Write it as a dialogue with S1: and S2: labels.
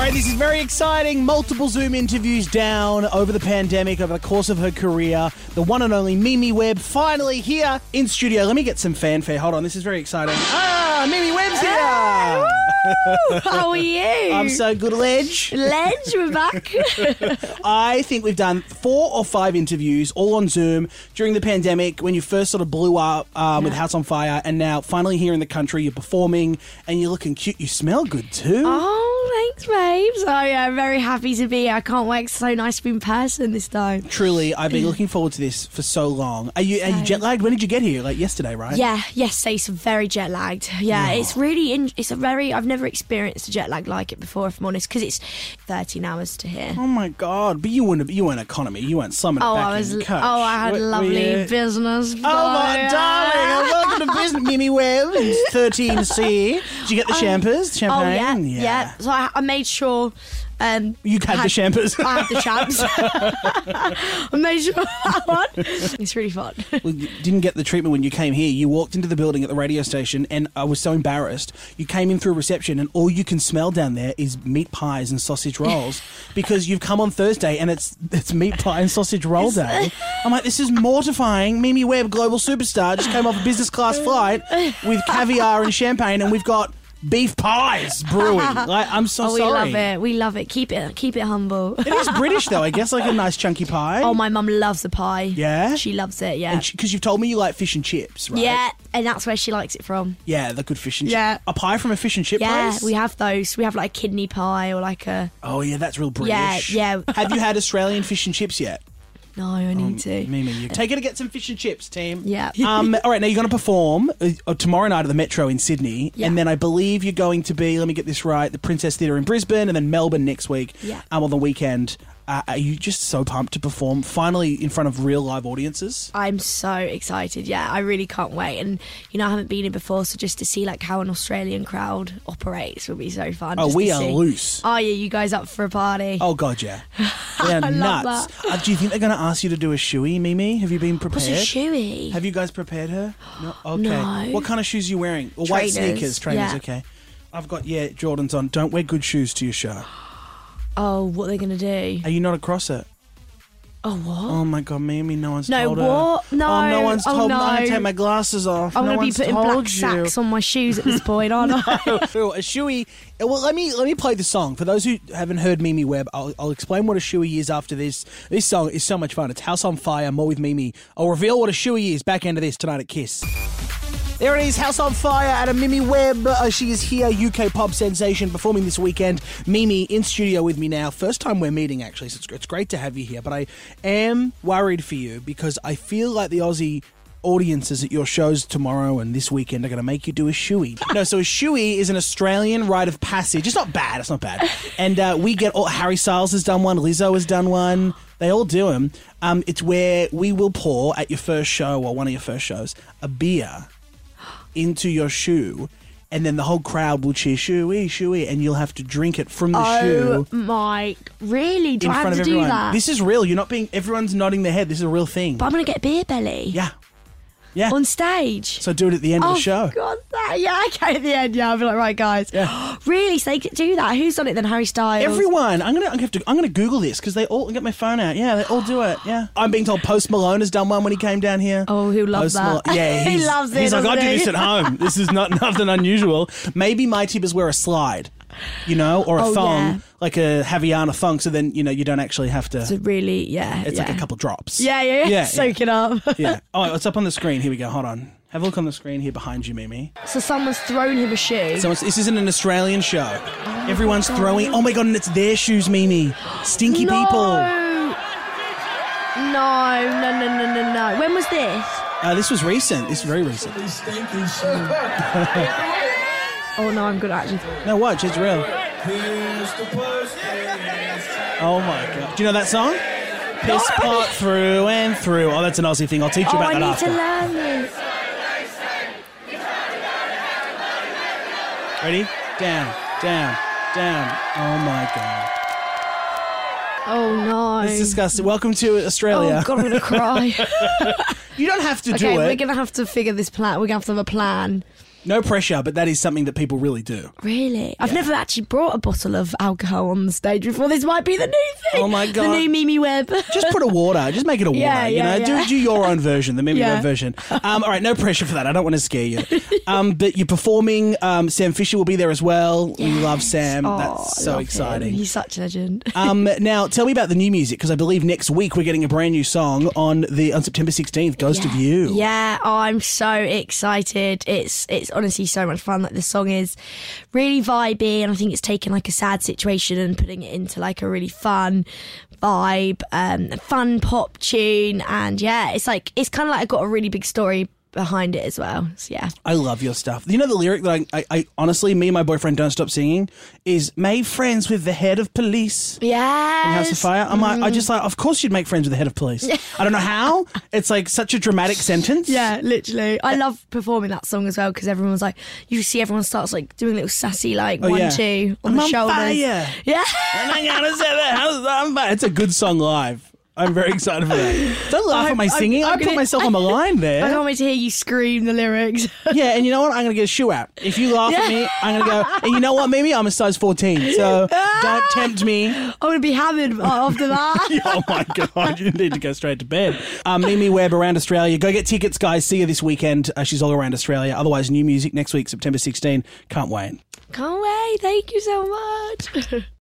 S1: Hey, this is very exciting. Multiple Zoom interviews down over the pandemic, over the course of her career. The one and only Mimi Webb finally here in studio. Let me get some fanfare. Hold on, this is very exciting. Ah, Mimi Webb's here.
S2: How are you?
S1: I'm so good, Ledge.
S2: Ledge, we're back.
S1: I think we've done four or five interviews, all on Zoom, during the pandemic when you first sort of blew up um, with House on Fire, and now finally here in the country, you're performing and you're looking cute. You smell good too.
S2: oh, thanks, babes. Oh, yeah, I'm very happy to be here. I can't wait. It's so nice to be in person this time.
S1: Truly, I've been looking forward to this for so long. Are you, are you
S2: Same.
S1: jet lagged? When did you get here? Like yesterday, right?
S2: Yeah, yes, it's very jet lagged. Yeah, it's really, in, it's a very, I've never experienced a jet lag like it before, if I'm honest, because it's 13 hours to here.
S1: Oh my god! But you weren't you weren't economy. You weren't summoned
S2: Oh,
S1: back
S2: I was,
S1: in
S2: oh,
S1: coach.
S2: I had
S1: Were- were
S2: lovely
S1: you-
S2: business. Oh,
S1: Oh my darling! Welcome to business, Mimi Webb, thirteen C. Did you get the champers?
S2: Oh,
S1: Champagne?
S2: yeah, yeah. So I, I made sure. Um,
S1: You had the champers.
S2: I had the champs. I made sure that one. It's really fun.
S1: Well, you didn't get the treatment when you came here. You walked into the building at the radio station, and I was so embarrassed. You came in through reception, and all you can smell down there is meat pies and sausage rolls because you've come on Thursday and it's it's meat pie and sausage roll day. I'm like, this is mortifying. Mimi Webb, global superstar, just came off a business class flight with caviar and champagne, and we've got beef pies brewing. Like, I'm so
S2: Oh, we
S1: sorry.
S2: love it. We love it. Keep it. Keep it humble.
S1: It is British though, I guess, like a nice chunky pie.
S2: Oh, my mum loves the pie.
S1: Yeah?
S2: she loves it. Yeah,
S1: and because you've told me you like fish and chips, right?
S2: yeah, and that's where she likes it from.
S1: Yeah, the good fish and chip.
S2: Yeah.
S1: A pie from a fish and chip
S2: Yeah,
S1: place?
S2: we have those. We have like a kidney pie or like a.
S1: oh, yeah, that's real British.
S2: yeah.
S1: have you had Australian fish and chips yet?
S2: No, I need to.
S1: Mimi, you take her to get some fish and chips, team.
S2: Yeah.
S1: um, all right, now you're going to perform uh, uh, tomorrow night at the Metro in Sydney.
S2: Yeah.
S1: And then I believe you're going to be, let me get this right, the Princess Theatre in Brisbane and then Melbourne next week
S2: Yeah.
S1: um, on the weekend. Uh, are you just so pumped to perform finally in front of real live audiences?
S2: I'm so excited. Yeah, I really can't wait. And you know, I haven't been here before, so just to see like how an Australian crowd operates will be so fun.
S1: Oh,
S2: just
S1: we
S2: to
S1: are
S2: see.
S1: loose.
S2: Oh yeah, you guys up for a party?
S1: Oh, God, yeah. They're
S2: love
S1: nuts. Uh, do you think they're going to ask you to do a shoey, Mimi? Have you been prepared?
S2: What's a shoey?
S1: Have you guys prepared her? No. Okay.
S2: No.
S1: What kind of shoes are you wearing? Or white
S2: Trainers.
S1: sneakers, trainers.
S2: Yeah.
S1: Okay. I've got yeah, Jordans on. Don't wear good shoes to your show.
S2: oh, what are they gonna do?
S1: Are you not across it?
S2: Oh what?
S1: Oh my god, Mimi, no one's
S2: No,
S1: told
S2: what?
S1: her.
S2: No.
S1: Oh, no one's
S2: Oh,
S1: told me. I'm gonna
S2: no.
S1: take my glasses off.
S2: I'm
S1: no
S2: gonna be
S1: one's
S2: putting
S1: told
S2: black
S1: you.
S2: sacks on my shoes at this point, aren't I?
S1: Well, a shoey. Well, let me let me play the song for those who haven't heard Mimi Webb. I'll, I'll explain what a shoey is after this. This song is so much fun. It's House on Fire, more with Mimi. I'll reveal what a shoey is back end of this tonight at Kiss. There it is, House on Fire at a Mimi Webb. Uh, she is here, UK pop sensation, performing this weekend. Mimi in studio with me now. First time we're meeting, actually, so it's, it's great to have you here. But I am worried for you because I feel like the Aussie audiences at your shows tomorrow and this weekend are going to make you do a shoey. no, so a shoey is an Australian rite of passage. It's not bad, it's not bad. And uh, we get all, Harry Styles has done one, Lizzo has done one. They all do them. Um, it's where we will pour at your first show or one of your first shows a beer into your shoe, and then the whole crowd will cheer "shoey, shoey," and you'll have to drink it from the shoe
S2: Oh my! Really? Do
S1: in
S2: I have
S1: front
S2: to
S1: of
S2: do
S1: everyone.
S2: that?
S1: This is real. You're not being. Everyone's nodding their head. This is a real thing.
S2: but I'm gonna get beer belly.
S1: yeah, yeah.
S2: On stage.
S1: so do it at the end of
S2: oh
S1: the show.
S2: God, that yeah. Okay, at the end, yeah. I'll be like, right, guys.
S1: Yeah.
S2: really? So they could do that? Who's done it then? Harry Styles.
S1: Everyone, I'm gonna, I'm gonna have to, I'm gonna Google this because they all get my phone out. Yeah, they all do it. Yeah, I'm being told Post Malone has done one when he came down here.
S2: Oh, who loves
S1: Post Malone-
S2: that?
S1: Yeah,
S2: he
S1: he's-
S2: loves it.
S1: He's like, I
S2: doesn't
S1: do
S2: he?
S1: this at home. This is not nothing unusual. Maybe my tip is wear a slide, you know, or a
S2: Oh,
S1: thong,
S2: yeah.
S1: like a Haviana thong. So then you know you don't actually have to.
S2: It's a really, yeah.
S1: It's
S2: yeah.
S1: like a couple drops.
S2: Yeah, yeah, yeah.
S1: Yeah,
S2: Soak it up.
S1: yeah. Oh, it's up on the screen. Here we go. Hold on. Have a look on the screen here behind you, Mimi.
S2: so someone's thrown him a shoe.
S1: So it's, this isn't an Australian show. Everyone's throwing. Oh my god! And it's their shoes, Mimi. Stinky
S2: no.
S1: people. Uh,
S2: No, no, no, no, no, no. When was this?
S1: Uh, this was recent. This is very recent.
S2: Oh no, I'm gonna actually.
S1: No, watch. It's real. Oh my god! Do you know that song? Piss pot through and through. Oh, that's an Aussie thing. I'll teach you
S2: Oh,
S1: about that
S2: I need
S1: after.
S2: to learn this.
S1: Ready? Down, down, down. Oh my god!
S2: Oh no.
S1: It's disgusting. Welcome to Australia.
S2: Oh god, I'm gonna cry.
S1: You don't have to do
S2: okay,
S1: it.
S2: we're gonna have to figure this plan. We're gonna have to have a plan.
S1: No pressure, but that is something that people really do.
S2: Really? I've never actually brought a bottle of alcohol on the stage before. This might be the new thing.
S1: Oh my
S2: The
S1: God.
S2: new Mimi Webb.
S1: Just put a water. Just make it a water.
S2: Yeah,
S1: you know,
S2: yeah, yeah.
S1: do do your own version, the Mimi
S2: Yeah.
S1: Webb version. Um, all right, no pressure for that. I don't want to scare you. Um, but you're performing. Um, Sam Fisher will be there as well. We love Sam.
S2: Oh,
S1: That's
S2: I
S1: so
S2: love him.
S1: exciting.
S2: He's such a legend.
S1: Um, now, tell me about the new music because I believe next week we're getting a brand new song on the on September sixteenth. Ghost of You.
S2: Yeah, oh, I'm so excited. It's it's honestly so much fun. Like the song is really vibey, and I think it's taking like a sad situation and putting it into like a really fun vibe, um, a fun pop tune, and yeah, it's like it's kind of like I got a really big story behind it as well. So yeah,
S1: I love your stuff. You know the lyric that I, I, I honestly, me and my boyfriend don't stop singing is "Made friends with the head of police."
S2: yeah.
S1: House of Fire. I'm like, I just like, of course you'd make friends with the head of police. I don't know how. It's like such a dramatic sentence.
S2: Yeah, literally. I love performing that song as well because everyone's like, you see, everyone starts like doing little sassy like one
S1: Oh, yeah.
S2: two on
S1: I'm
S2: the
S1: on
S2: shoulders.
S1: fire.
S2: Yeah.
S1: And I gotta say that house on fire. It's a good song live. I'm very excited for that. Don't laugh at my
S2: I'm-
S1: singing.
S2: I'm
S1: I put
S2: gonna-
S1: myself on the line
S2: I
S1: there.
S2: can't wait to hear you scream the lyrics.
S1: Yeah, and you know what? I'm gonna get a shoe out. If you laugh at me, I'm gonna go. And you know what, Mimi? I'm a size 14, so don't tempt me.
S2: I'm gonna be hammered uh, after that.
S1: oh my god, you need to go straight to bed. Um, Mimi Webb around Australia. Go get tickets, guys. See her this weekend. Uh, she's all around Australia. Otherwise, new music next week, September 16. Can't wait.
S2: Can't wait. Thank you so much.